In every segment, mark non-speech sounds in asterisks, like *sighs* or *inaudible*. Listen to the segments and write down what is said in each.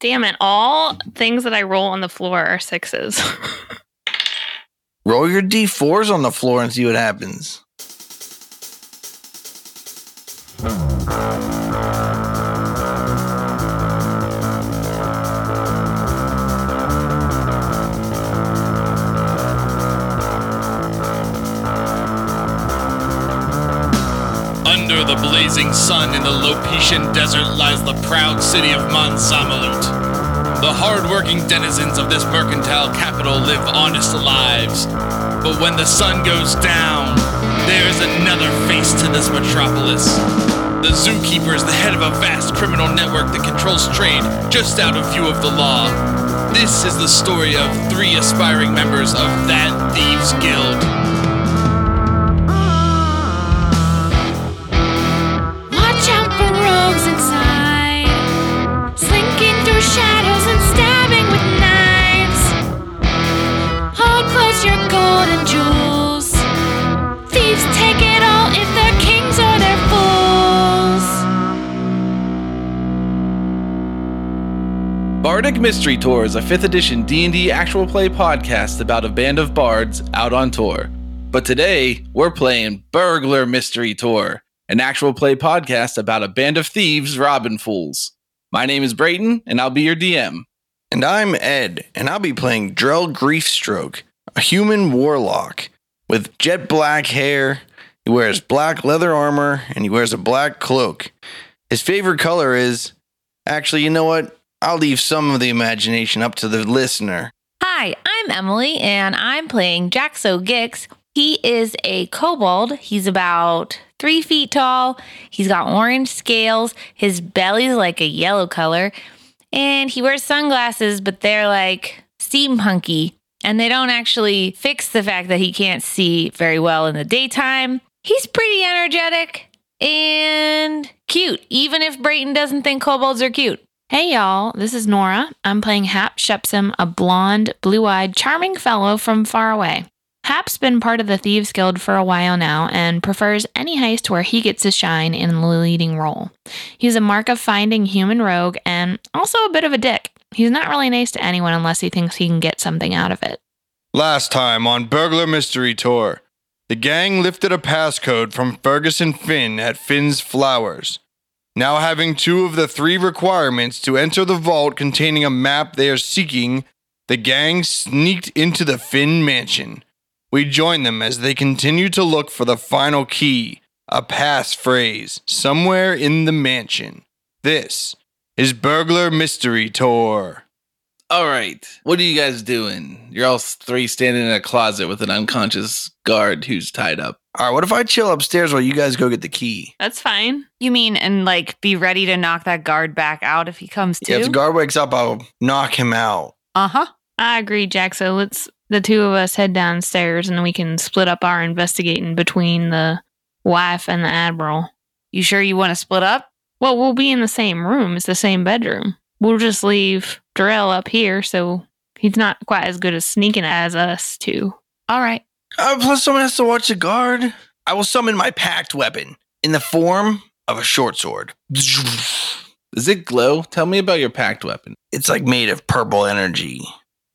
damn it. All things that I roll on the floor are *laughs* sixes. Roll your d4s on the floor and see what happens. Under the blazing sun in the Lopetian desert lies the proud city of Monsamalut. The hard-working denizens of this mercantile capital live honest lives. But when the sun goes down, there is another face to this metropolis. The zookeeper is the head of a vast criminal network that controls trade just out of view of the law. This is the story of three aspiring members of that thieves' guild. Watch out for rogues inside, slinking through shadows and stabbing with knives. Hold close your gold and jewels. Thieves take it all if they're kings or they're fools. Bardic Mystery Tour is a 5th edition D&D actual play podcast about a band of bards out on tour. But today, we're playing Burglar Mystery Tour, an actual play podcast about a band of thieves robbing fools. My name is Brayton, and I'll be your DM. And I'm Ed, and I'll be playing Drell Griefstroke, a human warlock with jet black hair. He wears black leather armor and he wears a black cloak. His favorite color is actually, you know what? I'll leave some of the imagination up to the listener. Hi, I'm Emily, and I'm playing Jaxo Gix. He is a kobold. He's about three feet tall. He's got orange scales. His belly's like a yellow color. And he wears sunglasses, but they're like steampunky. And they don't actually fix the fact that he can't see very well in the daytime. He's pretty energetic and cute, even if Brayton doesn't think kobolds are cute. Hey y'all, this is Nora. I'm playing Hap Shepsum, a blonde, blue eyed, charming fellow from far away. Hap's been part of the Thieves Guild for a while now and prefers any heist where he gets to shine in a leading role. He's a mark of finding human rogue and also a bit of a dick. He's not really nice to anyone unless he thinks he can get something out of it. Last time on Burglar Mystery Tour, the gang lifted a passcode from Ferguson Finn at Finn's Flowers. Now, having two of the three requirements to enter the vault containing a map they are seeking, the gang sneaked into the Finn mansion. We join them as they continue to look for the final key, a passphrase, somewhere in the mansion. This is Burglar Mystery Tour. All right, what are you guys doing? You're all three standing in a closet with an unconscious guard who's tied up. All right, what if I chill upstairs while you guys go get the key? That's fine. You mean and like be ready to knock that guard back out if he comes Yeah, if the to? guard wakes up, I'll knock him out. Uh huh. I agree, Jack. So let's the two of us head downstairs and we can split up our investigating between the wife and the admiral. You sure you want to split up? Well, we'll be in the same room. It's the same bedroom. We'll just leave Darrell up here so he's not quite as good at sneaking as us two. All right. Uh, plus, someone has to watch the guard. I will summon my packed weapon in the form of a short sword. Does it glow? Tell me about your packed weapon. It's like made of purple energy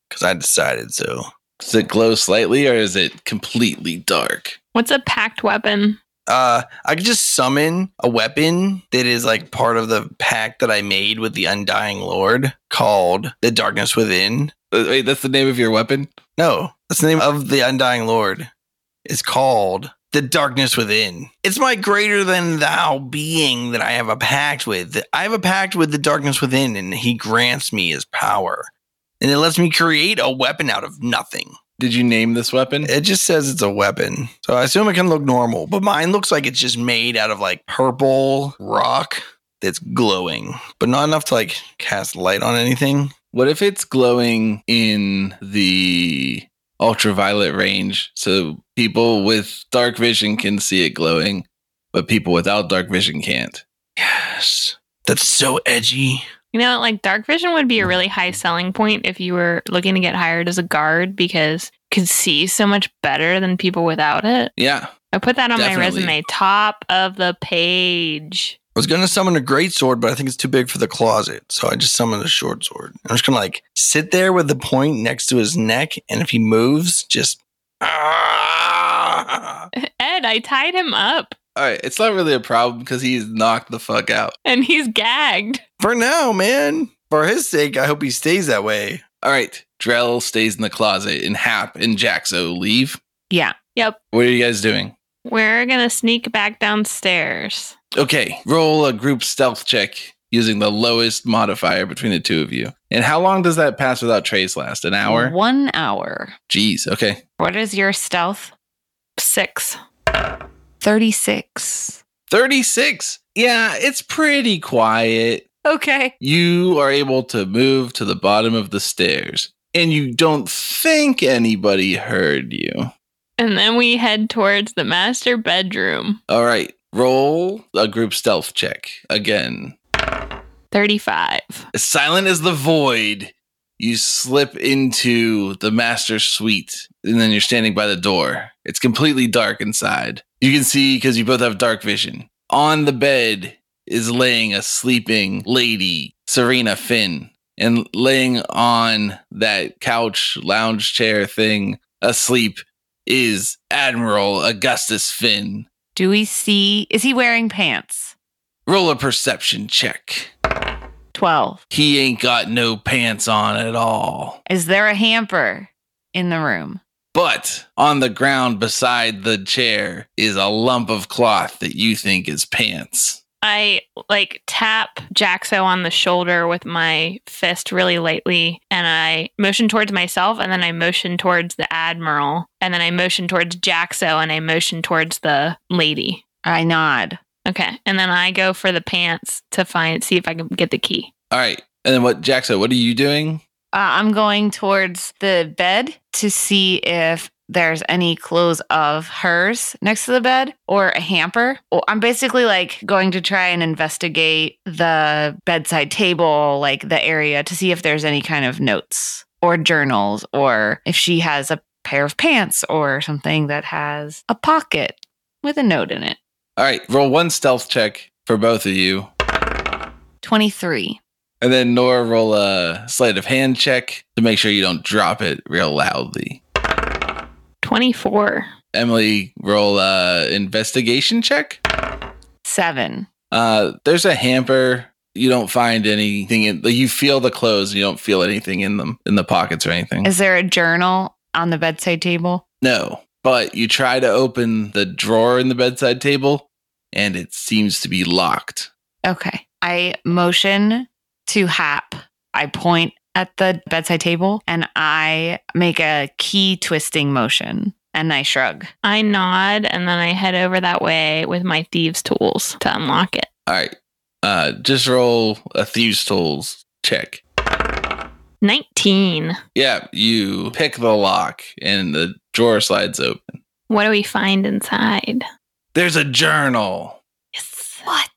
because I decided so. Does it glow slightly or is it completely dark? What's a packed weapon? Uh, I could just summon a weapon that is like part of the pact that I made with the Undying Lord called the Darkness Within. Uh, Wait, that's the name of your weapon? No, that's the name of the Undying Lord. It's called the Darkness Within. It's my greater than thou being that I have a pact with. I have a pact with the Darkness Within, and he grants me his power. And it lets me create a weapon out of nothing. Did you name this weapon? It just says it's a weapon. So I assume it can look normal, but mine looks like it's just made out of like purple rock that's glowing, but not enough to like cast light on anything. What if it's glowing in the ultraviolet range so people with dark vision can see it glowing, but people without dark vision can't? Yes. That's so edgy. You know, like dark vision would be a really high selling point if you were looking to get hired as a guard because you could see so much better than people without it. Yeah. I put that on my Definitely. resume, top of the page. I was gonna summon a great sword, but I think it's too big for the closet, so I just summoned a short sword. I'm just gonna like sit there with the point next to his neck, and if he moves, just. Ah! Ed, I tied him up All right, it's not really a problem because he's knocked the fuck out. and he's gagged. For now, man. For his sake, I hope he stays that way. All right, Drell stays in the closet, and Hap and Jaxo leave. Yeah. Yep. What are you guys doing? We're going to sneak back downstairs. Okay, roll a group stealth check using the lowest modifier between the two of you. And how long does that pass without trace last? An hour? One hour. Jeez. Okay. What is your stealth? Six. 36. 36. Yeah, it's pretty quiet. Okay. You are able to move to the bottom of the stairs, and you don't think anybody heard you. And then we head towards the master bedroom. All right, roll a group stealth check again. 35. As silent as the void, you slip into the master suite, and then you're standing by the door. It's completely dark inside. You can see because you both have dark vision. On the bed is laying a sleeping lady, Serena Finn, and laying on that couch, lounge chair thing, asleep, is Admiral Augustus Finn. Do we see? Is he wearing pants? Roll a perception check. 12. He ain't got no pants on at all. Is there a hamper in the room? But on the ground beside the chair is a lump of cloth that you think is pants. I like tap Jaxo on the shoulder with my fist really lightly, and I motion towards myself, and then I motion towards the admiral, and then I motion towards Jaxo, and I motion towards the lady. I nod. Okay, and then I go for the pants to find see if I can get the key. All right. And then what, Jackson, what are you doing? Uh, I'm going towards the bed to see if there's any clothes of hers next to the bed or a hamper. Or I'm basically like going to try and investigate the bedside table, like the area, to see if there's any kind of notes or journals or if she has a pair of pants or something that has a pocket with a note in it. All right. Roll one stealth check for both of you. 23. And then Nora, roll a sleight of hand check to make sure you don't drop it real loudly. 24. Emily, roll a investigation check. 7. Uh, there's a hamper. You don't find anything. In, like you feel the clothes. You don't feel anything in them, in the pockets or anything. Is there a journal on the bedside table? No, but you try to open the drawer in the bedside table and it seems to be locked. Okay. I motion to Hap. I point at the bedside table and I make a key twisting motion and I shrug. I nod, and then I head over that way with my thieves' tools to unlock it. All right. Uh just roll a thieves tools check. 19. Yeah, you pick the lock and the drawer slides open. What do we find inside? There's a journal. Yes. What?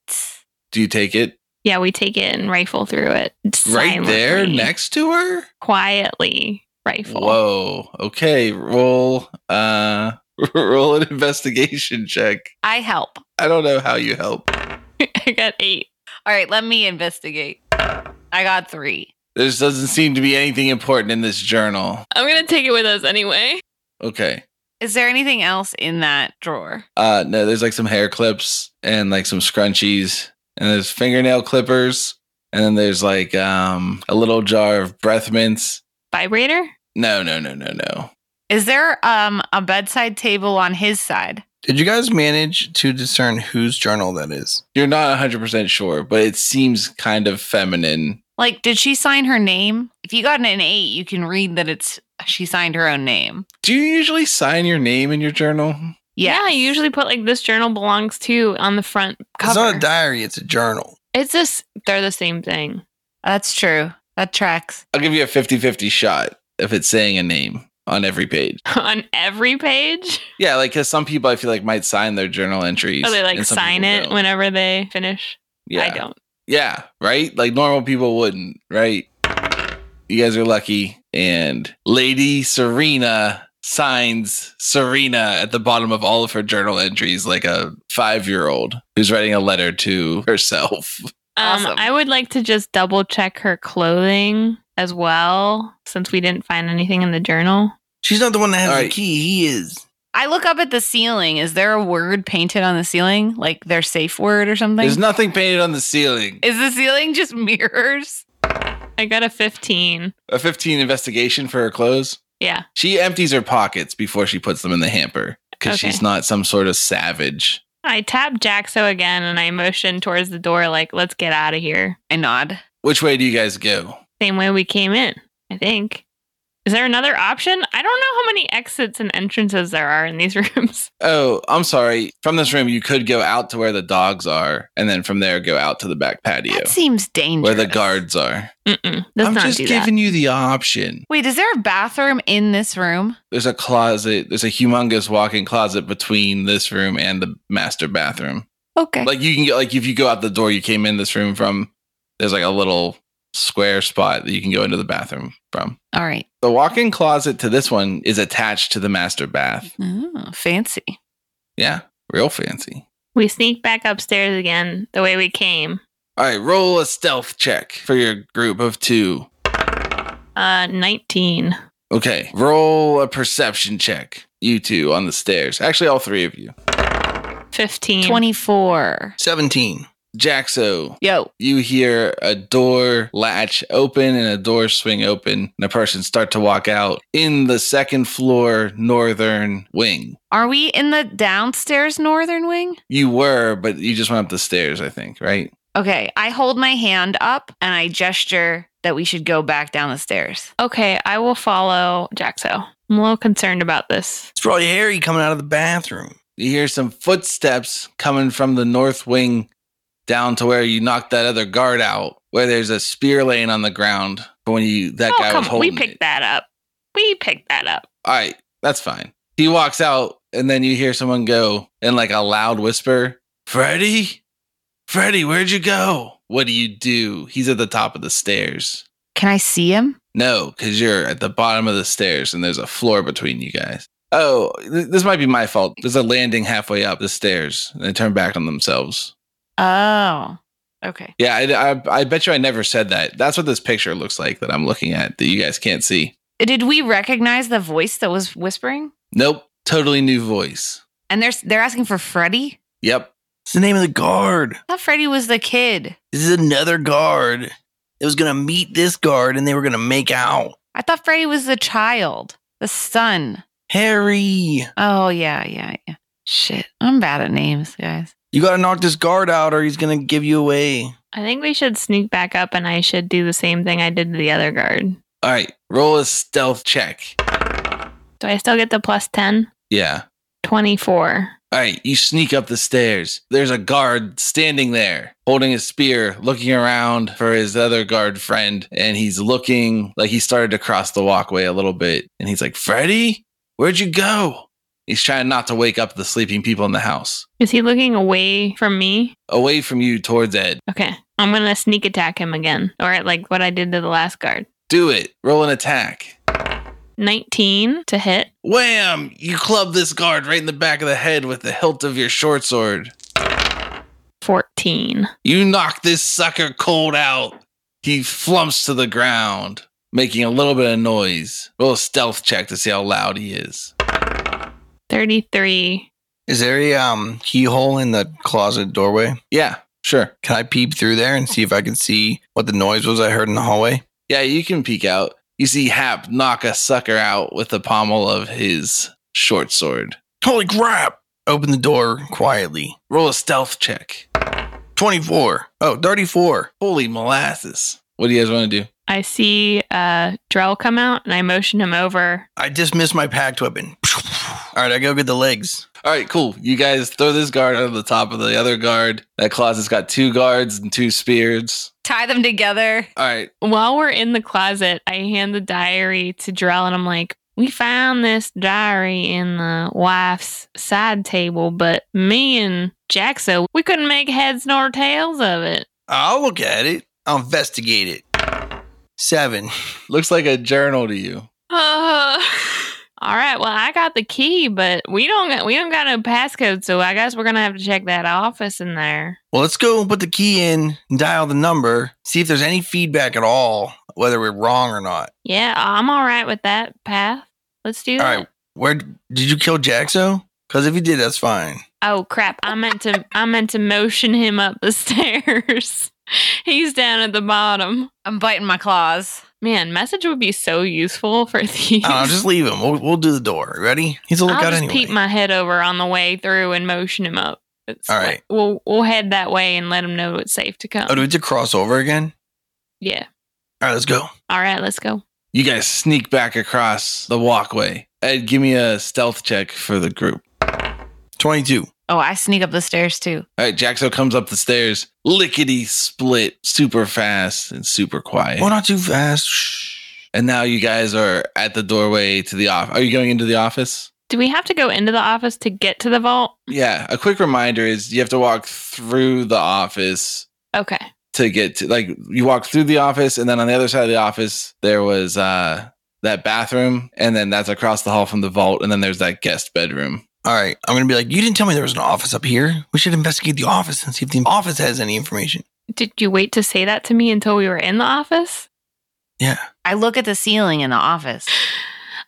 Do you take it Yeah, we take it and rifle through it. right there silently. next to her? quietly rifle. Whoa. Okay, roll uh *laughs* roll an investigation check. I help. I don't know how you *laughs* help. I got eight. All right, let me investigate. I got three. There just doesn't seem to be anything important in this journal. I'm gonna take it with us anyway. Okay. Is there anything else in that drawer? Uh no, there's like some hair clips and like some scrunchies and there's fingernail clippers and then there's like um a little jar of breath mints. Vibrator? No, no, no, no, no. Is there um a bedside table on his side? Did you guys manage to discern whose journal that is? You're not 100% sure, but it seems kind of feminine. Like, did she sign her name? If you got an eight, you can read that it's she signed her own name. Do you usually sign your name in your journal? Yeah. Yeah, I usually put like this journal belongs to on the front It's cover. not a diary, it's a journal. it's just they're the same thing. *laughs* That's true. That tracks. I'll give you a 50-50 shot if it's saying a name on every page. on every page. Yeah, like cuz some people I feel like might sign their journal entries. Oh, they like and some sign people it don't. whenever they finish. yeah. I don't. Yeah, right? Like normal people wouldn't, right? You guys are lucky. And Lady Serena signs Serena at the bottom of all of her journal entries like a five year old who's writing a letter to herself. Um, Awesome. I would like to just double check her clothing as well, since we didn't find anything in the journal. She's not the one that has All the right. key. He is. I look up at the ceiling. Is there a word painted on the ceiling? Like their safe word or something? There's nothing painted on the ceiling. Is the ceiling just *laughs* mirrors? I got a 15. A 15 investigation for her clothes. Yeah. She empties her pockets before she puts them in the hamper because Okay. she's not some sort of savage. I tap Jaxo again and I motion towards the door, like, let's get out of here. I nod. Which way do you guys go? Same way we came in, I think. Is there another option? I don't know how many exits and entrances there are in these *laughs* rooms. Oh, I'm sorry. From this room, you could go out to where the dogs are, and then from there, go out to the back patio That seems dangerous. where the guards are. Mm-mm. Let's I'm not just do that. giving you the option. Wait, is there a bathroom in this room? There's a closet, there's a humongous walk in closet between this room and the master bathroom. Okay. Like, you can get, like, if you go out the door you came in this room from, there's like a little square spot that you can go into the bathroom from. All right. The walk in closet to this one is attached to the master bath. Oh, fancy. Yeah, real fancy. We sneak back upstairs again the way we came. All right, roll a stealth check for your group of two. Uh, 19. Okay, roll a perception check. You two on the stairs. Actually, all three of you. 15. 24. 17. Jaxo, Yo. you hear a door latch open and a door swing open, and a person start to walk out in the second floor northern wing. Are we in the downstairs northern wing? You were, but you just went up the stairs, I think, right? Okay. I hold my hand up and I gesture that we should go back down the stairs. Okay, I will follow Jaxo. I'm a little concerned about this. It's probably Harry coming out of the bathroom. You hear some footsteps coming from the north wing down to where you knocked that other guard out, where there's a spear laying on the ground when you that oh, guy was come on. We holding it. picked that up. We picked that up. all right, that's fine. He walks out, and then you hear someone go in like a loud whisper, Freddy? Freddy, where'd you go? What do you do? He's at the top of the stairs. Can I see him? No, because you're at the bottom of the stairs and there's a floor between you guys. Oh, th- this might be my fault. There's a landing halfway up the stairs and they turn back on themselves. Oh. Okay. Yeah, I, I, I bet you I never said that. That's what this picture looks like that I'm looking at that you guys can't see. Did we recognize the voice that was whispering? Nope, totally new voice. And they're they're asking for Freddy? Yep, It's the name of the guard. I thought Freddy was the kid. This is another guard that was going to meet this guard and they were going to make out. I thought Freddy was the child, the son. Harry, Oh yeah, yeah, yeah. Shit, I'm bad at names, guys. you got to knock this guard out or he's going to give you away. I think we should sneak back up and I should do the same thing I did to the other guard. All right, roll a stealth check. Do I still get the plus 10? Yeah. 24. All right, you sneak up the stairs. There's a guard standing there holding a spear, looking around for his other guard friend. And he's looking like he started to cross the walkway a little bit. And he's like, Freddy, where'd you go? He's trying not to wake up the sleeping people in the house. Is he looking away from me? Away from you towards Ed. Okay. I'm going to sneak attack him again, or like what I did to the last guard. Do it. Roll an attack. 19 to hit. Wham! You club this guard right in the back of the head with the hilt of your short sword. 14. You knock this sucker cold out. He flumps to the ground, making a little bit of noise. Roll a stealth check to see how loud he is. 33. Is there a um, keyhole in the closet doorway? Yeah, sure. Can I peep through there and see if I can see what the noise was I heard in the hallway? Yeah, you can peek out. You see Hap knock a sucker out with the pommel of his short sword. Holy crap! Open the door quietly. Roll a stealth check. 24. Oh, 34. Holy molasses. What do you guys want to do? I see uh, Drell come out and I motion him over. I dismiss my packed weapon. All right, I go get the legs. All right, cool. You guys throw this guard out of the top of the other guard. That closet's got two guards and two spears. Tie them together. All right, While we're in the closet, I hand the diary to Drell and I'm like, we found this diary in the wife's side table, but me and Jaxo, we couldn't make heads nor tails of it. I'll look at it. I'll investigate it. Seven. looks like a journal to you. Uh, *laughs* All right. Well, I got the key, but we don't we don't got no passcode, so I guess we're gonna have to check that office in there. Well, let's go and put the key in, dial the number, see if there's any feedback at all, whether we're wrong or not. Yeah, I'm all right with that path. Let's do All that. right, where did you kill Jaxo? Because if you did, that's fine. Oh crap! I meant to I meant to motion him up the *laughs* stairs. He's down at the bottom. I'm biting my claws. Man, message would be so useful for *laughs* thieves. I don't know, just leave him. We'll, we'll do the door. Ready? He's a I'll lookout just anyway. peep my head over on the way through and motion him up. It's All like- right. we'll we'll head that way and let him know it's safe to come. oh, do we have to cross over again? yeah. All right, let's go. All right, let's go. You guys sneak back across the walkway. Ed, give me a stealth check for the group. 22. Oh, I sneak up the stairs too. All right, Jaxo comes up the stairs, lickety split, super fast and super quiet. Well, Oh, not too fast. Shh. And now you guys are at the doorway to the office. Are you going into the office? Do we have to go into the office to get to the vault? Yeah. A quick reminder is you have to walk through the office Okay. to get to like you walk through the office and then on the other side of the office there was uh that bathroom and then that's across the hall from the vault and then there's that guest bedroom. All right, I'm going to be like, you didn't tell me there was an office up here. We should investigate the office and see if the office has any information. Did you wait to say that to me until we were in the office? Yeah. I look at the ceiling in the office.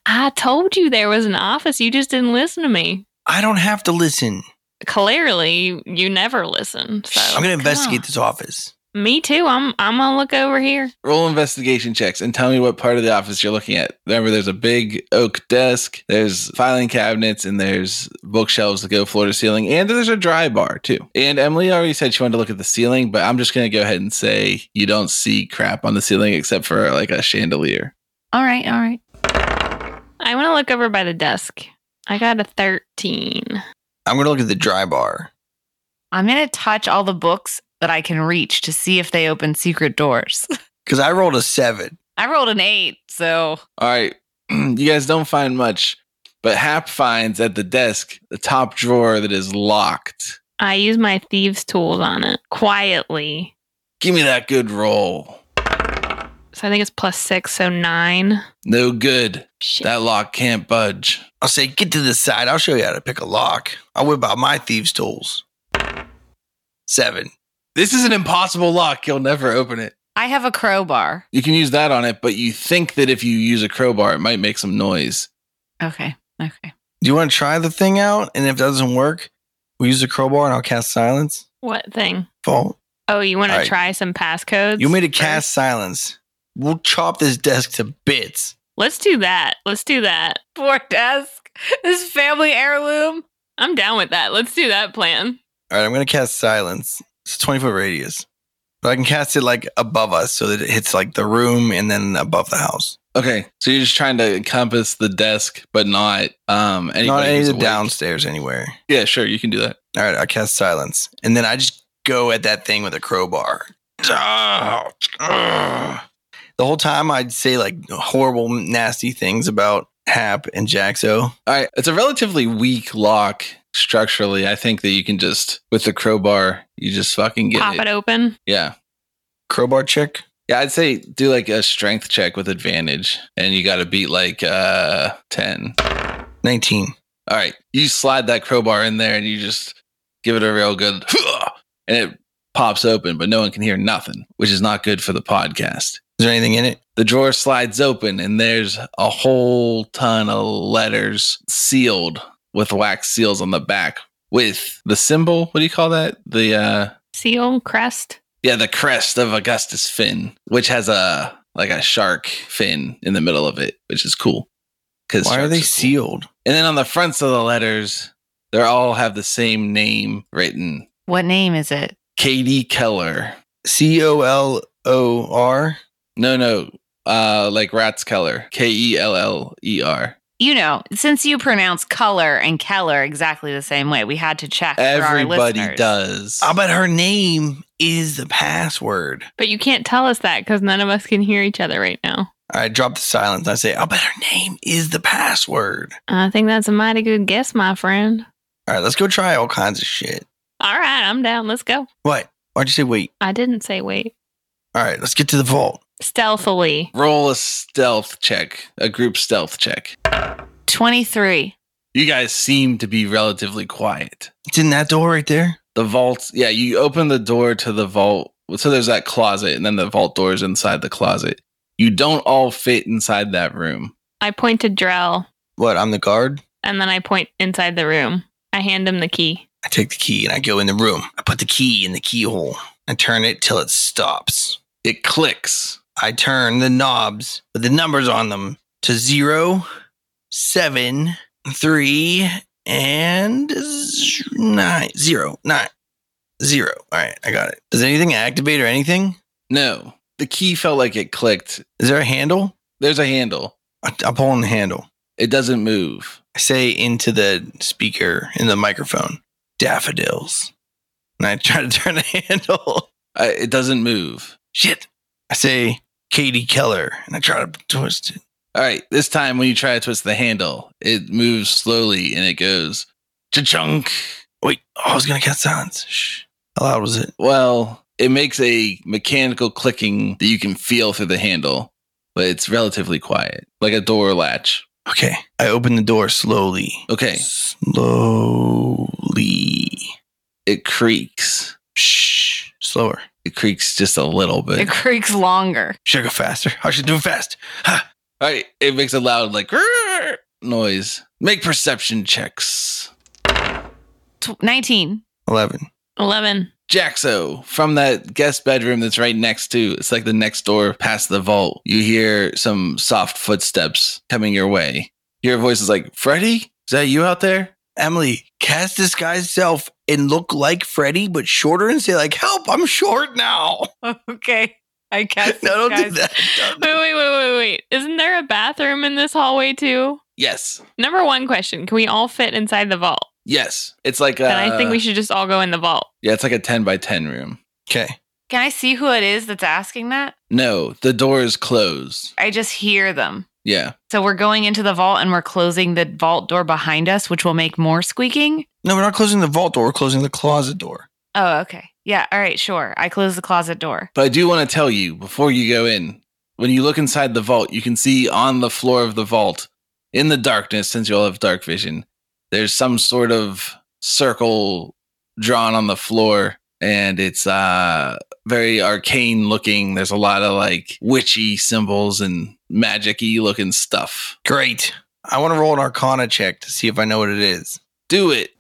I told you there was an office. You just didn't listen to me. I don't have to listen. Clearly, you never listen. So I'm going to come investigate on. this office. Me too. I'm I'm gonna look over here. Roll investigation checks and tell me what part of the office you're looking at. Remember there's a big oak desk, there's filing cabinets and there's bookshelves that go floor to ceiling and there's a dry bar too. And Emily already said she wanted to look at the ceiling, but I'm just going to go ahead and say you don't see crap on the ceiling except for like a chandelier. All right, all right. I want to look over by the desk. I got a 13. I'm going to look at the dry bar. I'm going to touch all the books that I can reach to see if they open secret doors. Because I rolled a seven. *laughs* I rolled an eight, so All right. *clears throat* you guys don't find much, but Hap finds at the desk the top drawer that is locked. I use my thieves' tools on it quietly. Give me that good roll. So I think it's plus six, so nine. No good. Shit. That lock can't budge. I'll say, get to this side. I'll show you how to pick a lock. I'll whip out my thieves' tools. Seven. This is an impossible lock. You'll never open it. I have a crowbar. You can use that on it, but you think that if you use a crowbar, it might make some noise. Okay, okay. Do you want to try the thing out? And if it doesn't work, we'll use the crowbar and I'll cast silence. what thing? Fault. Oh, you want All to right. try some passcodes? You made a first? cast silence. We'll chop this desk to bits. Let's do that. Let's do that. Poor desk. This family heirloom. I'm down with that. Let's do that plan. All right, I'm going to cast silence. It's a 20 foot radius. But I can cast it like above us so that it hits like the room and then above the house. Okay, so you're just trying to encompass the desk, but not um anybody Not any who's of the awake. downstairs anywhere. Yeah, sure, you can do that. All right, I cast silence, and then I just go at that thing with a crowbar. Ah, ah. The whole time I'd say like horrible, nasty things about Hap and Jaxo. All right. It's a relatively weak lock structurally. I think that you can just, with the crowbar, you just fucking get Pop it. it open. Yeah. Crowbar check. Yeah. I'd say do like a strength check with advantage and you got to beat like uh 10. Nineteen. All right. You slide that crowbar in there and you just give it a real good *laughs* and it pops open, but no one can hear nothing, which is not good for the podcast. Is there anything in it? The drawer slides open and there's a whole ton of letters sealed with wax seals on the back with the symbol. What do you call that? The uh Seal, crest. yeah, the crest of Augustus Fin, which has a like a shark fin in the middle of it, which is cool. Cause Why are sharks they cool. sealed? And then on the fronts of the letters, they all have the same name written. What name is it? Katie Keller. C O L O R. No, no. Uh like Rats Keller. K E L L E R. You know, since you pronounce color and Keller exactly the same way, we had to check. for our Everybody listeners. does. I'll bet Ah, her name is the password. But you can't tell us that because none of us can hear each other right now. All right, drop the silence. and I say, I'll bet her name is the password. I think that's a mighty good guess, my friend. All right, let's go try all kinds of shit. All right, I'm down. Let's go. What? Why'd you say wait? I didn't say wait. All right, let's get to the vault. Stealthily. Roll a stealth check, a group stealth check. 23. You guys seem to be relatively quiet. It's in that door right there. The vault, yeah, you open the door to the vault. So there's that closet, and then the vault door is inside the closet. You don't all fit inside that room. I point to Drell What? I'm the guard. and then I point inside the room. I hand him the key. I take the key and I go in the room. I put the key in the keyhole. I turn it till it stops. It clicks. I turn the knobs with the numbers on them to zero, seven, three, and z- nine. Zero, nine, zero. All right, I got it. Does anything activate or anything? No, the key felt like it clicked. Is there a handle? There's a handle. I, I'm pulling the handle. It doesn't move. I say into the speaker, in the microphone, daffodils. And I try to *laughs* turn the handle. I, it doesn't move. Shit. I say Katie Keller, and I try to twist it. All right, this time when you try to twist the handle, it moves slowly and it goes cha-chunk. Wait, oh, I was gonna cast silence. Shh. How loud was it? Well, it makes a mechanical clicking that you can feel through the handle, but it's relatively quiet, like a door latch. Okay. I opened the door slowly. Okay, Slowly. it creaks. Shh. Slower. It creaks just a little bit. It creaks longer. Should I go faster? *laughs* I should do it fast. Ha! All right, it makes a loud like "Grrr" noise. Make perception checks. Tw- 19. Eleven. 11. Jaxo, from that guest bedroom that's right next to, it's like the next door past the vault. You hear some soft footsteps coming your way. Your voice is like, Freddy? Is that you out there? Emily, cast disguise self and look like Freddy, but shorter and say like, "Help! I'm short now." *laughs* Okay. I guess. No, don't do that. Don't do Wait, wait, wait, wait, wait. Isn't there a bathroom in this hallway too? Yes. Number one question Can we all fit inside the vault? Yes. It's like a, Then I think we should just all go in the vault. yeah, it's like a 10 by 10 room. Okay. Can I see who it is that's asking that? No, the door is closed. I just hear them. Yeah. So we're going into the vault and we're closing the vault door behind us, which will make more squeaking. No, we're not closing the vault door. We're closing the closet door. Oh, okay. Yeah. All right. Sure. I close the closet door. But I do want to tell you before you go in, when you look inside the vault, you can see on the floor of the vault, in the darkness, since you all have dark vision, there's some sort of circle drawn on the floor, and it's uh very arcane looking. There's a lot of like witchy symbols and magic y looking stuff. Great. I want to roll an Arcana check to see if I know what it is. Do it.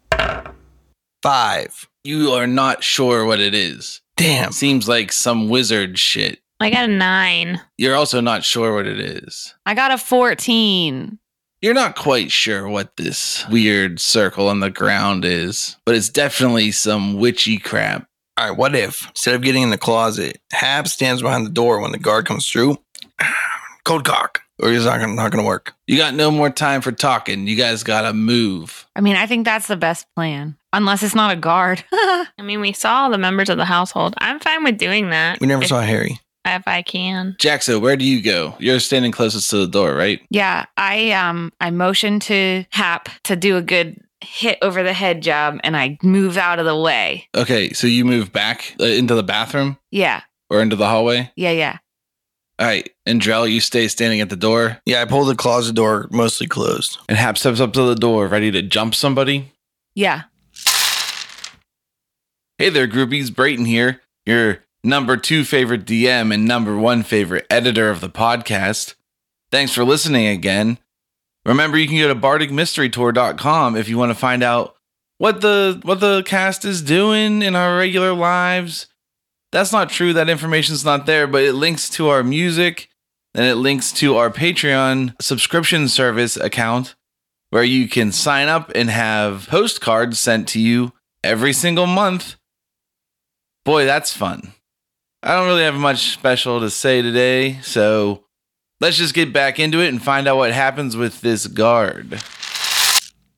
Five. You are not sure what it is. Damn. It seems like some wizard shit. I got a nine. You're also not sure what it is. I got a 14. You're not quite sure what this weird circle on the ground is, but it's definitely some witchy crap. All right, what if instead of getting in the closet, Hab stands behind the door when the guard comes through? *sighs* Cold cock, or it's not gonna, not gonna work. You got no more time for talking. You guys gotta move. I mean, I think that's the best plan, unless it's not a guard. *laughs* I mean, we saw the members of the household. I'm fine with doing that. We never if, saw Harry. If I can. Jaxo, where do you go? You're standing closest to the door, right? yeah. I um I motion to Hap to do a good hit over the head job and I move out of the way. Okay, so you move back uh, into the bathroom Yeah. or into the hallway. Yeah. Yeah. All right, and Drell, you stay standing at the door, Yeah, I pulled the closet door mostly closed. and Hap steps up to the door, ready to jump somebody. Yeah. Hey there, groupies. Brayton here, your number two favorite DM and number one favorite editor of the podcast. Thanks for listening again. Remember, you can go to bardicmysterytour.com if you want to find out what the what the cast is doing in our regular lives. That's not true. That information's not there, but it links to our music and it links to our Patreon subscription service account where you can sign up and have postcards sent to you every single month. Boy, that's fun. I don't really have much special to say today, so let's just get back into it and find out what happens with this guard.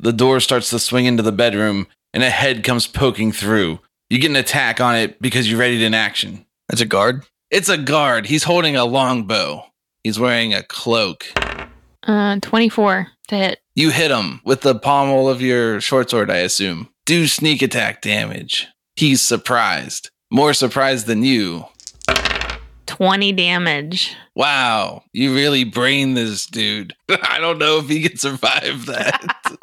The door starts to swing into the bedroom, and a head comes poking through. You get an attack on it because you readied an action. That's a guard. It's a guard. He's holding a longbow. He's wearing a cloak. Uh, 24 to hit. You hit him with the pommel of your short sword, I assume. Do sneak attack damage. He's surprised. More surprised than you. 20 damage. *laughs* Wow, you really brain this dude. *laughs* I don't know if he can survive that.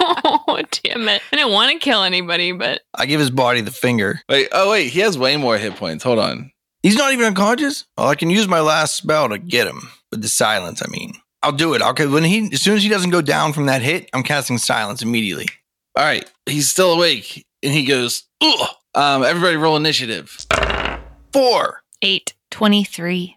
oh, damn it. I didn't want to kill anybody, but I give his body the finger. wait, oh wait, he has way more hit points. Hold on. He's not even unconscious. Well, I can use my last spell to get him with the silence. I mean, I'll do it. Okay, when he as soon as he doesn't go down from that hit, I'm casting silence immediately. All right, he's still awake, and he goes. Ugh. Um, everybody roll initiative. *laughs* Four. 8. 23.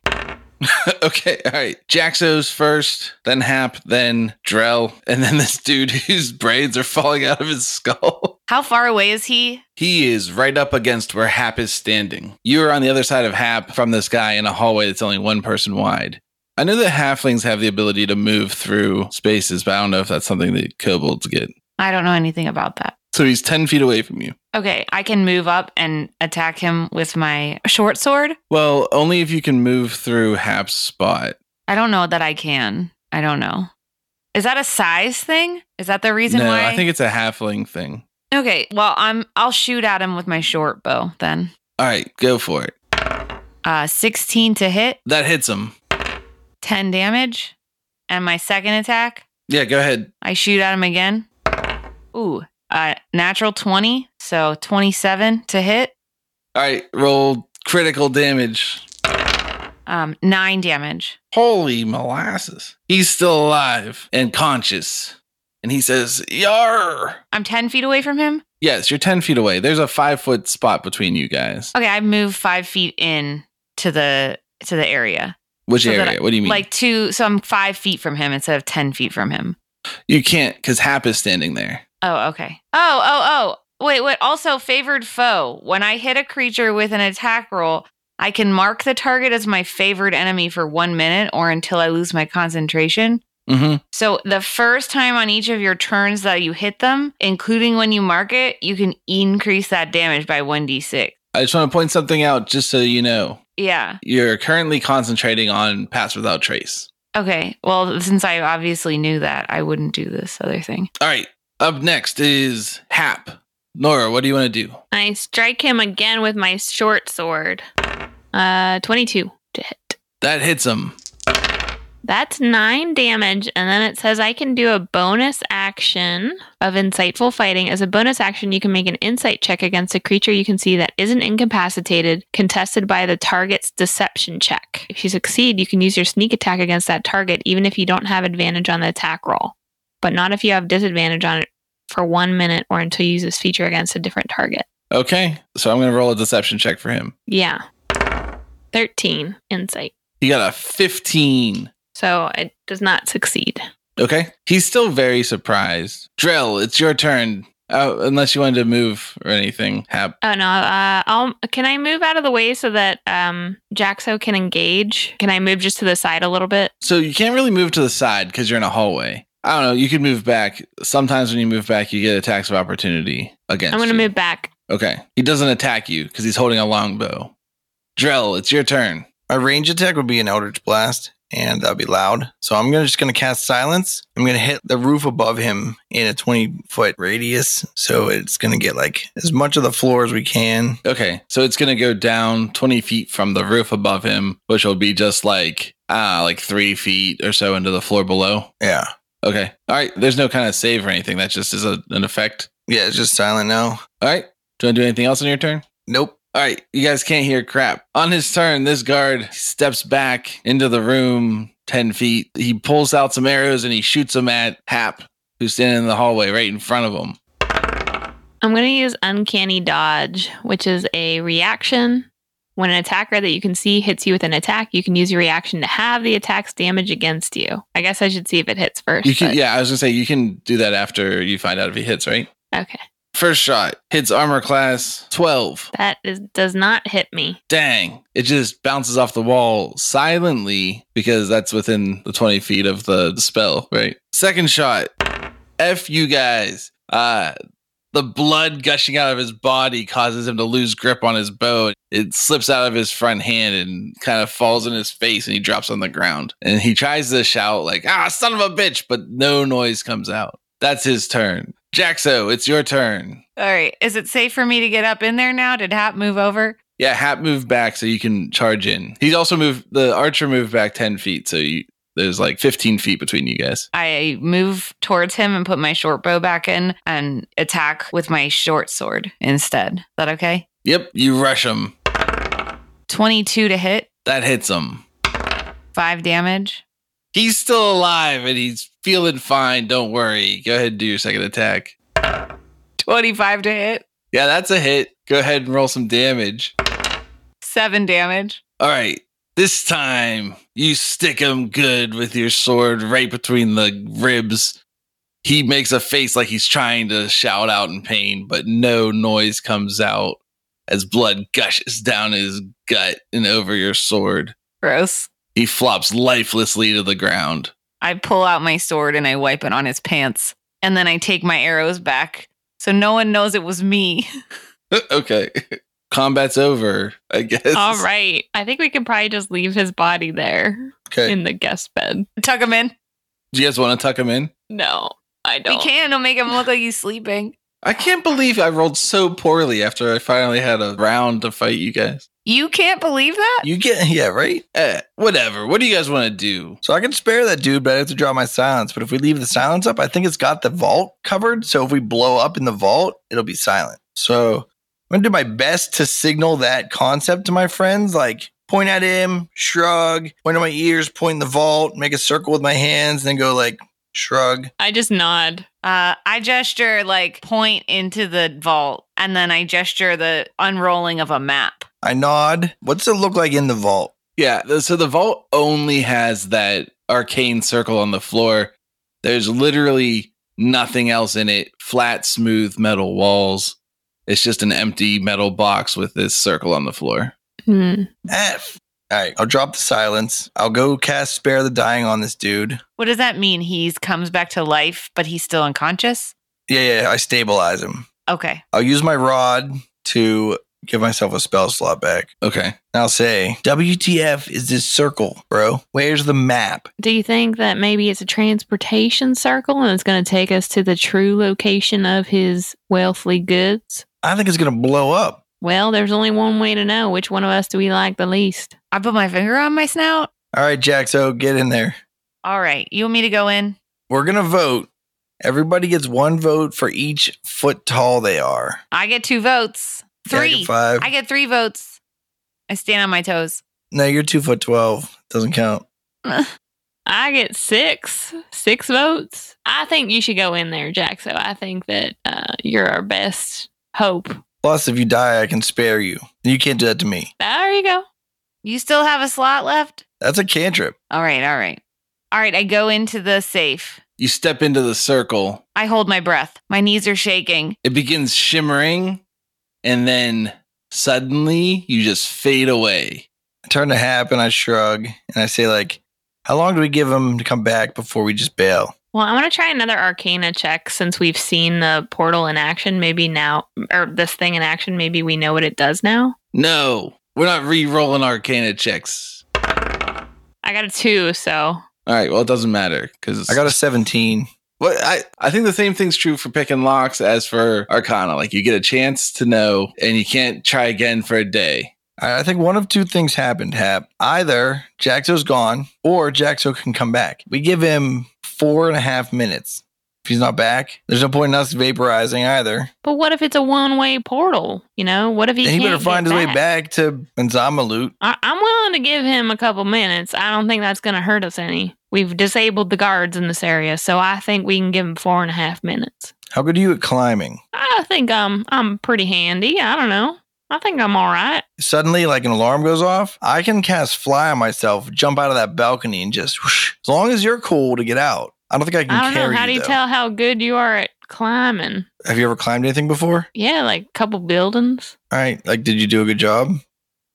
okay, all right. Jaxo's first, then Hap, then Drell, and then this dude *laughs* whose braids are falling out of his skull. How far away is he? He is right up against where Hap is standing. You are on the other side of Hap from this guy in a hallway that's only one person wide. I know that halflings have the ability to move through spaces, but I don't know if that's something that kobolds get. I don't know anything about that. So he's 10 feet away from you. Okay, I can move up and attack him with my short sword. Well, only if you can move through Hap's spot. I don't know that I can. I don't know. Is that a size thing? Is that the reason no, why? I think it's a halfling thing. okay, well, I'm I'll shoot at him with my short bow then. All right, go for it. Uh 16 to hit, That hits him. 10 damage. And my second attack, Yeah, go ahead. I shoot at him again. Ooh, uh natural 20, so 27 to hit. All right, roll critical damage. Um 9 damage. Holy molasses. He's still alive and conscious. And he says, Yar. I'm 10 feet away from him. Yes, you're 10 feet away. There's a five foot spot between you guys. Okay, I move 5 feet in to the to the area. Which so that area? What do you mean? Like two so I'm 5 feet from him instead of 10 feet from him. you can't, because Hap is standing there. Oh, okay. Oh, oh, oh. Wait, what? Also, favored foe. When I hit a creature with an attack roll, I can mark the target as my favored enemy for one minute or until I lose my concentration. Mm-hmm. So, the first time on each of your turns that you hit them, including when you mark it, you can increase that damage by 1d6. I just want to point something out just so you know. Yeah. You're currently concentrating on Pass Without Trace. Okay. Well, since I obviously knew that, I wouldn't do this other thing. All right, up next is Hap. Nora, what do you want to do? I strike him again with my short sword. Uh, 22 to hit. That hits him. That's nine damage, and then it says I can do a bonus action of insightful fighting. As a bonus action, you can make an insight check against a creature you can see that isn't incapacitated, contested by the target's deception check. If you succeed, you can use your sneak attack against that target, even if you don't have advantage on the attack roll, but not if you have disadvantage on it for one minute or until you use this feature against a different target. Okay, so I'm going to roll a deception check for him. Yeah. 13 insight. He got a 15. So it does not succeed. Okay. He's still very surprised. Drill, it's your turn. Uh, unless you wanted to move or anything. Hap. Oh no! Uh, I'll, can I move out of the way so that um, Jaxo can engage? Can I move just to the side a little bit? So you can't really move to the side because you're in a hallway. I don't know. You can move back. Sometimes when you move back, you get attacks of opportunity against. I'm going to you. move back. Okay. He doesn't attack you because he's holding a longbow. Drill, it's your turn. My range attack would be an Eldritch Blast, and that'd be loud. So I'm gonna just gonna cast silence. I'm gonna hit the roof above him in a 20 foot radius. So it's gonna get like as much of the floor as we can. Okay. So it's going to go down 20 feet from the roof above him, which will be just like, ah, like three feet or so into the floor below. Yeah. Okay. All right. There's no kind of save or anything. That just is a, an effect. Yeah, it's just silent now. All right. Do you want to do anything else on your turn? Nope. All right. You guys can't hear crap. On his turn, this guard steps back into the room 10 feet. He pulls out some arrows and he shoots them at Hap, who's standing in the hallway right in front of him. I'm going to use Uncanny Dodge, which is a reaction. When an attacker that you can see hits you with an attack, you can use your reaction to have the attack's damage against you. I guess I should see if it hits first. You can, but- yeah, I was going to say you can do that after you find out if he hits, right? Okay. First shot hits armor class 12. That is, does not hit me. Dang. It just bounces off the wall silently because that's within the 20 feet of the spell, right? Second shot. F you guys. Uh, the blood gushing out of his body causes him to lose grip on his bow. It slips out of his front hand and kind of falls in his face and he drops on the ground. And he tries to shout, like, ah, son of a bitch, but no noise comes out. That's his turn. Jaxo, it's your turn. All right. Is it safe for me to get up in there now? Did Hap move over? Yeah, Hap moved back so you can charge in. He's also moved the archer moved back ten feet, so you there's like fifteen feet between you guys. I move towards him and put my short bow back in and attack with my short sword instead. Is that okay? Yep, you rush him. 22 to hit, That hits him. five damage. He's still alive and he's feeling fine. Don't worry. Go ahead and do your second attack. 25 to hit, Yeah, that's a hit. Go ahead and roll some damage. seven damage. All right. This time you stick him good with your sword right between the ribs. He makes a face like he's trying to shout out in pain, but no noise comes out as blood gushes down his gut and over your sword. Gross. He flops lifelessly to the ground. *laughs* I pull out my sword and I wipe it on his pants. And then I take my arrows back so no one knows it was me. *laughs* okay. *laughs* Combat's over, I guess. All right. I think we can probably just leave his body there Okay. in the guest bed. Tuck him in. Do you guys want to tuck him in? No, I We don't. can. It'll make him look like he's sleeping. I can't believe I rolled so poorly after I finally had a round to fight you guys. You can't believe that? You get yeah, right? Eh, whatever. What do you guys want to do? So I can spare that dude, but I have to draw my silence. But if we leave the silence up, I think it's got the vault covered. So if we blow up in the vault, it'll be silent. So I'm gonna do my best to signal that concept to my friends, like point at him, shrug, point at my ears, point in the vault, make a circle with my hands, then go like shrug. I just nod. Uh, I gesture like point into the vault and then I gesture the unrolling of a map. I nod. What's it look like in the vault? Yeah, th- so the vault only has that arcane circle on the floor. There's literally nothing else in it. Flat, smooth metal walls. It's just an empty metal box with this circle on the floor. Hmm. F. All right, I'll drop the silence. I'll go cast spare the dying on this dude. What does that mean? He's comes back to life, but he's still unconscious? Yeah, yeah, I stabilize him. Okay. I'll use my rod to give myself a spell slot back. Okay. And I'll say, WTF is this circle, bro? Where's the map? Do you think that maybe it's a transportation circle and it's going to take us to the true location of his wealthy goods? I think it's going to blow up. Well, there's only one way to know which one of us do we like the least. I put my finger on my snout. All right, Jaxo, get in there. All right. You want me to go in? We're going to vote. Everybody gets one vote for each foot tall they are. I get two votes. Yeah, I get Three. five. I get three votes. I stand on my toes. no, you're two foot 12. Doesn't count. I get six, six votes. I think you should go in there, Jack. So I think that uh, you're our best hope. Plus, if you die, I can spare you. You can't do that to me. There you go. You still have a slot left? That's a cantrip. All right. All right. All right. I go into the safe. You step into the circle. I hold my breath. My knees are shaking. It begins shimmering, and then suddenly you just fade away. I turn to Hap and I shrug and I say, like, how long do we give him to come back before we just bail? Well, I want to try another Arcana check since we've seen the portal in action. Maybe now, or this thing in action, maybe we know what it does now. No, we're not re rolling Arcana checks. I got a two, so All right, well, it doesn't matter because I got a 17. Well, I, I think the same thing's true for picking locks as for Arcana. Like you get a chance to know and you can't try again for a day. I I think one of two things happened, Hap. Either Jaxo's gone or Jaxo can come back. We give him four and a half minutes. If he's not back, there's no point in us vaporizing either. But what if it's a one way portal? You know, what if he? then he can't better find get his way back to Manzama loot. I- I'm willing to give him a couple minutes. I don't think that's going to hurt us any. We've disabled the guards in this area, so I think we can give him four and a half minutes. How good are you at climbing? I think um I'm pretty handy. I don't know. I think I'm all right. Suddenly, like an alarm goes off, I can cast fly on myself, jump out of that balcony, and just whoosh. As long as you're cool to get out. I don't think I can I don't know. carry How do you though. tell how good you are at climbing? Have you ever climbed anything before? Yeah, like a couple buildings. All right. Like, did you do a good job? You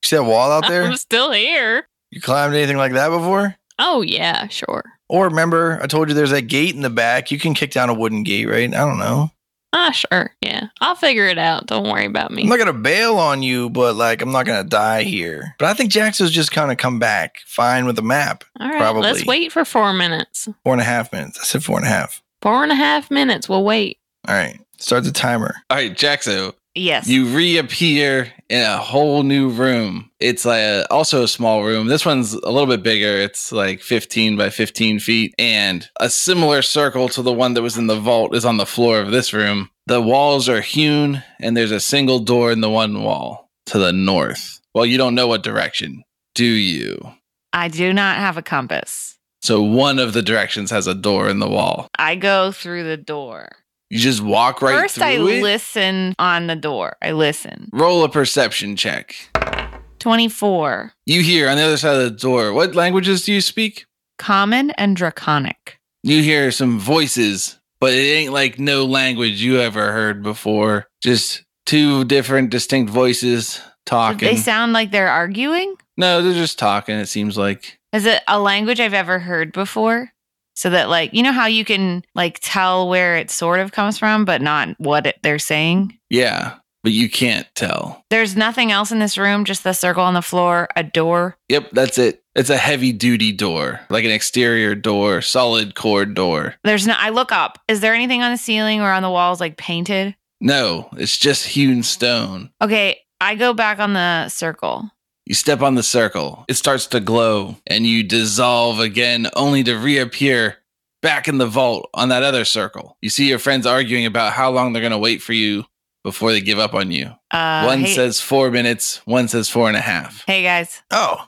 see that wall out there? *laughs* I'm still here. You climbed anything like that before? Oh yeah, sure. Or remember, I told you there's that gate in the back. You can kick down a wooden gate, right? I don't know. Ah, sure. Yeah, I'll figure it out. Don't worry about me. I'm not gonna bail on you, but like I'm not gonna die here. But I think Jaxo's just kind of come back fine with a map. all right, probably. let's wait for four minutes. Four and a half minutes. I said four and a half. Four and a half minutes. We'll wait. All right. Start the timer. All right, Jaxo, Yes. You reappear in a whole new room. It's like a, also a small room. This one's a little bit bigger. It's like 15 by 15 feet. And a similar circle to the one that was in the vault is on the floor of this room. The walls are hewn, and there's a single door in the one wall to the north. Well, you don't know what direction, do you? I do not have a compass. So one of the directions has a door in the wall. I go through the door. You just walk right First, through I it. listen on the door. I listen. Roll a perception check. 24. You hear on the other side of the door. What languages do you speak? Common and draconic. You hear some voices, but it ain't like no language you ever heard before. Just two different distinct voices Did talking. They sound like they're arguing. no, they're just talking. It seems like Is it a language I've ever heard before? So that, like, you know how you can like tell where it sort of comes from, but not what it, they're saying. yeah, but you can't tell. There's nothing else in this room, just the circle on the floor, a door. Yep, that's it. It's a heavy duty door, like an exterior door, solid core door. There's no. I look up. Is there anything on the ceiling or on the walls like painted? No, it's just hewn stone. Okay, I go back on the circle. You step on the circle, it starts to glow, and you dissolve again, only to reappear back in the vault on that other circle. You see your friends arguing about how long they're going to wait for you before they give up on you. Uh, one hey, says four minutes, one says four and a half. "Hey guys." Oh,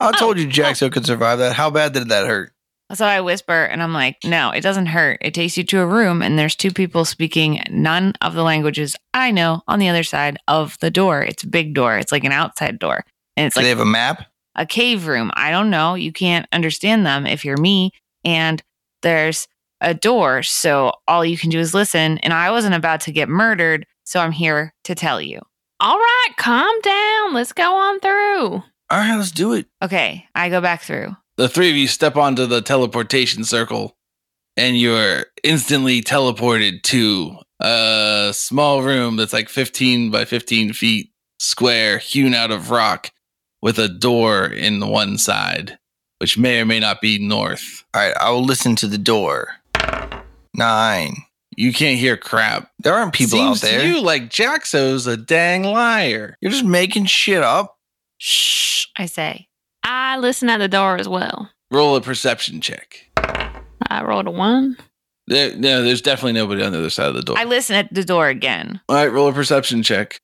I told Oh. you Jaxo could survive that. How bad did that hurt? So I whisper, and I'm like, "No, it doesn't hurt. It takes you to a room, and there's two people speaking none of the languages I know on the other side of the door. It's a big door. It's like an outside door, and it's Do they like have a map? a cave room. I don't know. You can't understand them if you're me. And there's a door, so all you can do is listen. And I wasn't about to get murdered, so I'm here to tell you. All right, calm down. Let's go on through. All right, let's do it. Okay, I go back through. The three of you step onto the teleportation circle, and you're instantly teleported to a small room that's like 15 by 15 feet square, hewn out of rock, with a door in one side, which may or may not be north. All right, I will listen to the door. Nine. You can't hear crap. There aren't people Seems out there. To you like Jaxo's a dang liar. You're just making shit up. Shh, I say. I listen at the door as well. Roll a perception check. I rolled a one. There, no, there's definitely nobody on the other side of the door. I listen at the door again. All right, roll a perception check.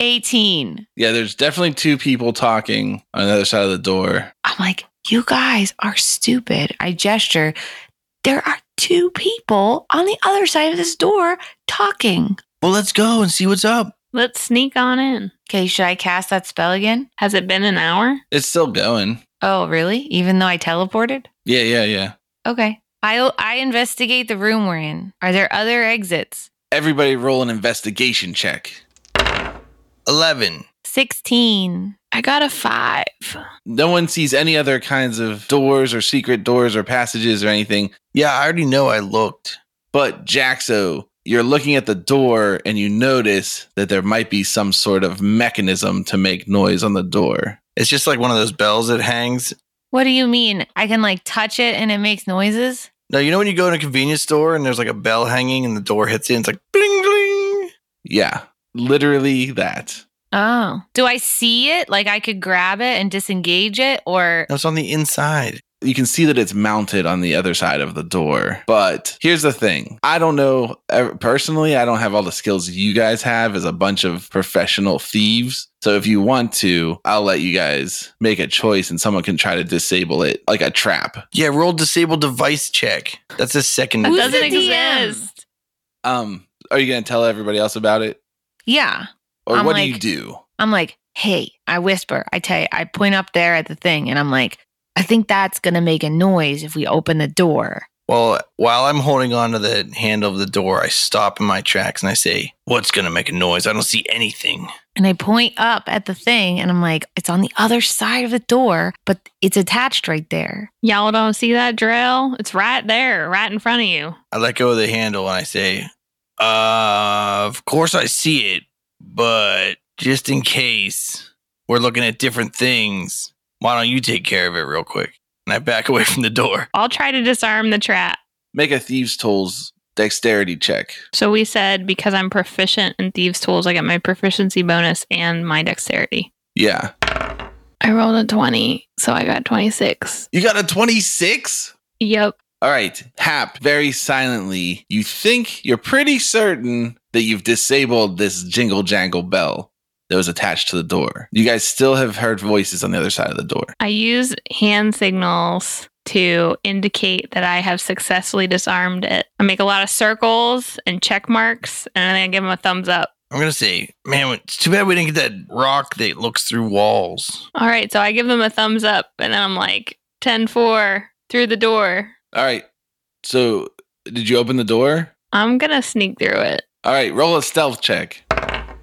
18. Yeah, there's definitely two people talking on the other side of the door. I'm like, you guys are stupid. I gesture. There are two people on the other side of this door talking. Well, let's go and see what's up. Let's sneak on in. Okay, should I cast that spell again? Has it been an hour? It's still going. Oh, really? Even though I teleported? Yeah, yeah, yeah. Okay. I I investigate the room we're in. Are there other exits? Everybody roll an investigation check. 11. 16. I got a five. No one sees any other kinds of doors or secret doors or passages or anything. Yeah, I already know I looked. But Jaxo, you're looking at the door and you notice that there might be some sort of mechanism to make noise on the door. It's just like one of those bells that hangs. What do you mean? I can like touch it and it makes noises? No, you know when you go in a convenience store and there's like a bell hanging and the door hits it and it's like bling bling. Yeah, literally that. Oh. Do I see it? Like I could grab it and disengage it or No, it's on the inside. You can see that it's mounted on the other side of the door. But here's the thing I don't know, uh, personally, I don't have all the skills you guys have as a bunch of professional thieves. So if you want to, I'll let you guys make a choice and someone can try to disable it like a trap. Yeah, roll disable device check. That's a second. That Who's doesn't the DM? exist. Um, are you going to tell everybody else about it? Yeah. Or I'm what like- do you do? I'm like, "Hey, I whisper. I tell you, I point up there at the thing and I'm like, I think that's going to make a noise if we open the door." Well, while I'm holding on to the handle of the door, I stop in my tracks and I say, What's going to make a noise? I don't see anything. And I point up at the thing and I'm like, it's on the other side of the door, but it's attached right there. Y'all don't see that drill? It's right there, right in front of you. I let go of the handle and I say, uh, Of course I see it, but just in case we're looking at different things, why don't you take care of it *laughs* real quick? And I back away from the door. I'll try to disarm the trap. Make a thieves' tools dexterity check. So we said because I'm proficient in thieves' tools, I get my proficiency bonus and my dexterity. Yeah. I rolled a 20, so I got 26. You got a 26? Yep. All right, Hap, very silently, you think you're pretty certain that you've disabled this jingle jangle bell that was attached to the door. You guys still have heard voices on the other side of the door. I use hand signals to indicate that I have successfully disarmed it. I make a lot of circles and check marks, and then I give them a thumbs up. I'm gonna say, man, it's too bad we didn't get that rock that looks through walls. All right, so I give them a thumbs up, and then I'm like 10 4 through the door. All right, so did you open the door? I'm gonna sneak through it. All right, roll a stealth check.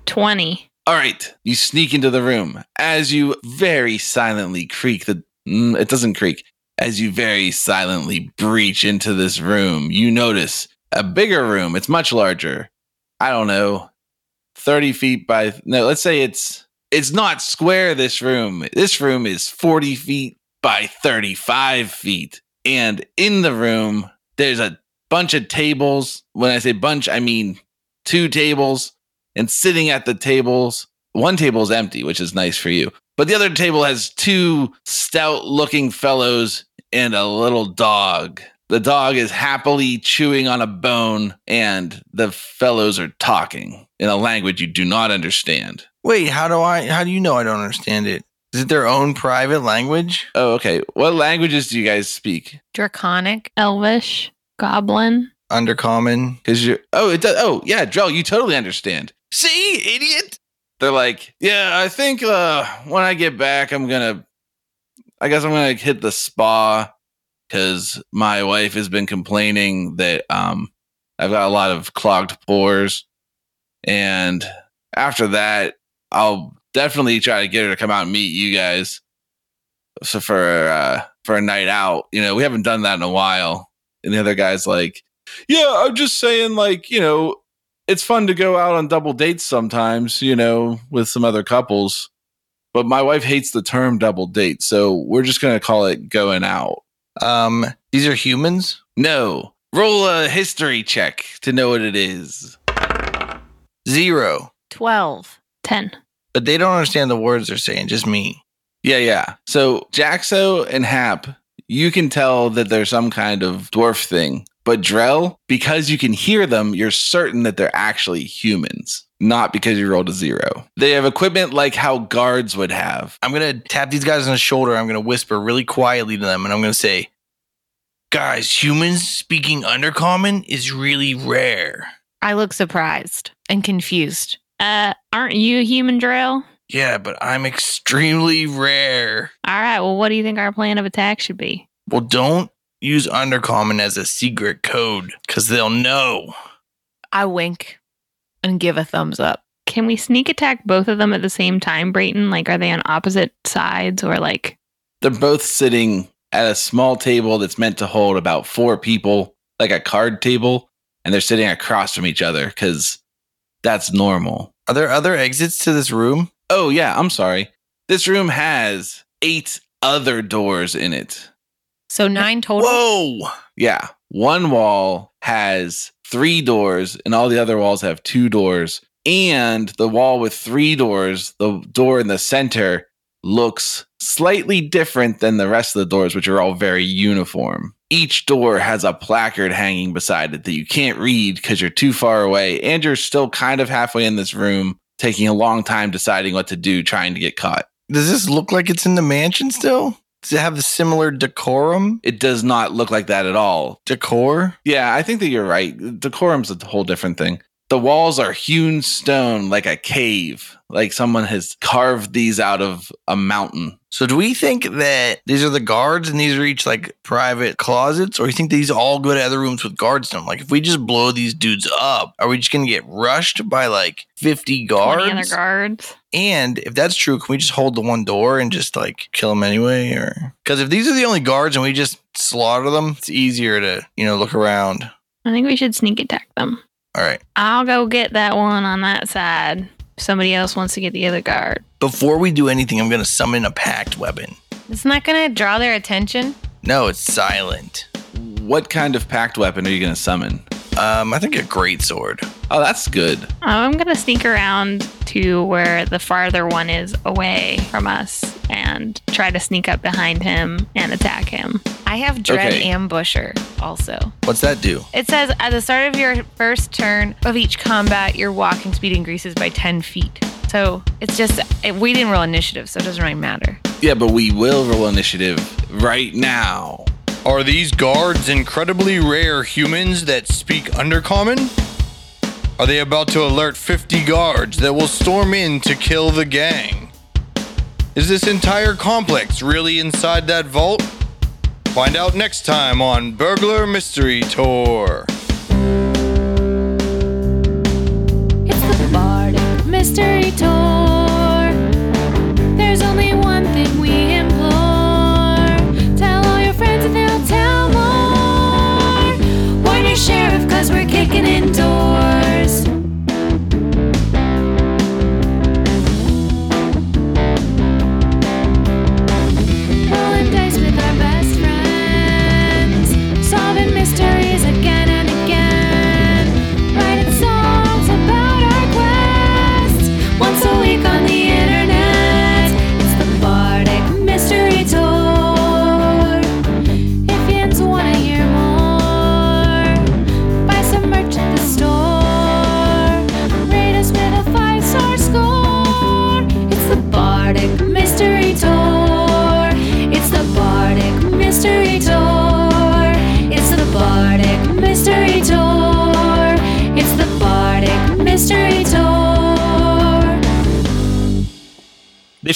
20. All right, you sneak into the room as you very silently creak the. Mm, it doesn't creak. As you very silently breach into this room, you notice a bigger room. It's much larger. I don't know, thirty feet by. No, let's say it's it's not square. This room. This room is forty feet by thirty-five feet, and in the room there's a bunch of tables. When I say bunch, I mean two tables and sitting at the tables. One table is empty, which is nice for you. But the other table has two stout looking fellows and a little dog. The dog is happily chewing on a bone, and the fellows are talking in a language you do not understand. Wait, how do I? How do you know I don't understand it? Is it their own private language? Oh, okay. What languages do you guys speak? Draconic. Elvish, Goblin. Undercommon. Because you're, oh, it does, oh, yeah, Drell, you totally understand. See, idiot. they're like, yeah, I think uh, when I get back, I'm gonna, I guess I'm gonna hit the spa because my wife has been complaining that um, I've got a lot of clogged pores, and after that, I'll definitely try to get her to come out and meet you guys. So for uh, for a night out, you know, we haven't done that in a while. And the other guy's like, yeah, I'm just saying, like, you know, it's fun to go out on double dates sometimes, you know, with some other couples. But my wife hates the term double date, so we're just gonna call it going out. Um, these are humans. No. Roll a history check to know what it is. Zero. 12. 10. But they don't understand the words they're saying. Just me. Yeah, yeah. So Jaxo and Hap, you can tell that there's some kind of dwarf thing. But Drell, because you can hear them, you're certain that they're actually humans, not because you rolled a zero. They have equipment like how guards would have. I'm gonna tap these guys on the shoulder. I'm gonna whisper really quietly to them, and I'm gonna say, "Guys, humans speaking undercommon is really rare." I look surprised and confused. Uh, aren't you a human drill? Yeah, but I'm extremely rare. All right, well, what do you think our plan of attack should be? Well, don't use undercommon as a secret code, cause they'll know. I wink and give a thumbs up. Can we sneak attack both of them at the same time, Brayton? Like, are they on opposite sides or like. They're both sitting at a small table that's meant to hold about four people, like a card table, and they're sitting across from each other because that's normal. Are there other exits to this room? Oh, yeah, I'm sorry. This room has eight other doors in it. So nine total. Whoa! Yeah. One wall has three doors, and all the other walls have two doors. And the wall with three doors, the door in the center, looks slightly different than the rest of the doors, which are all very uniform. Each door has a placard hanging beside it that you can't read because you're too far away and you're still kind of halfway in this room, taking a long time deciding what to do, trying to get caught. Does this look like it's in the mansion still? Does it have the similar decorum? It does not look like that at all. Decor? Yeah, I think that you're right. Decorum's a whole different thing. The walls are hewn stone like a cave, like someone has carved these out of a mountain. So do we think that these are the guards and these are each like private closets, or you think these all go to other rooms with guards in them? Like if we just blow these dudes up, are we just gonna get rushed by like fifty 20 other guards? guards? and if that's true, can we just hold the one door and just like kill them anyway? Or because if these are the only guards and we just slaughter them, it's easier to you know look around. I think we should sneak attack them. All right. I'll go get that one on that side. If Somebody else wants to get the other guard. Before we do anything, I'm gonna summon a packed weapon. Isn't that going to draw their attention? No, it's silent. What kind of packed weapon are you going to summon? Um, I think a great sword. Oh, that's good. I'm gonna sneak around to where the farther one is away from us and try to sneak up behind him and attack him. I have Dread Okay. Ambusher also. What's that do? It says at the start of your first turn of each combat, your walking speed increases by 10 feet. So it's just, it, we didn't roll initiative, so it doesn't really matter. Yeah, but we will roll initiative right now. Are these guards incredibly rare humans that speak undercommon? Are they about to alert 50 guards that will storm in to kill the gang? Is this entire complex really inside that vault? Find out next time on Burglar Mystery Tour. It's the Bard Mystery Tour. There's only one thing we implore. Tell all your friends and they'll tell more. Warn your sheriff, cause we're kicking in doors. Rolling dice with our best friends. Solving mysteries again and again. Writing songs about our quests. Once a week on the internet. It's the Bardic Mystery Tour. If yins wanna hear more, buy some merch at the store. Rate us with a five star score. It's the Bardic Mystery Tour. It's the Bardic Mystery Tour. It's the Bardic Mystery Tour. It's the Bardic Mystery Tour. This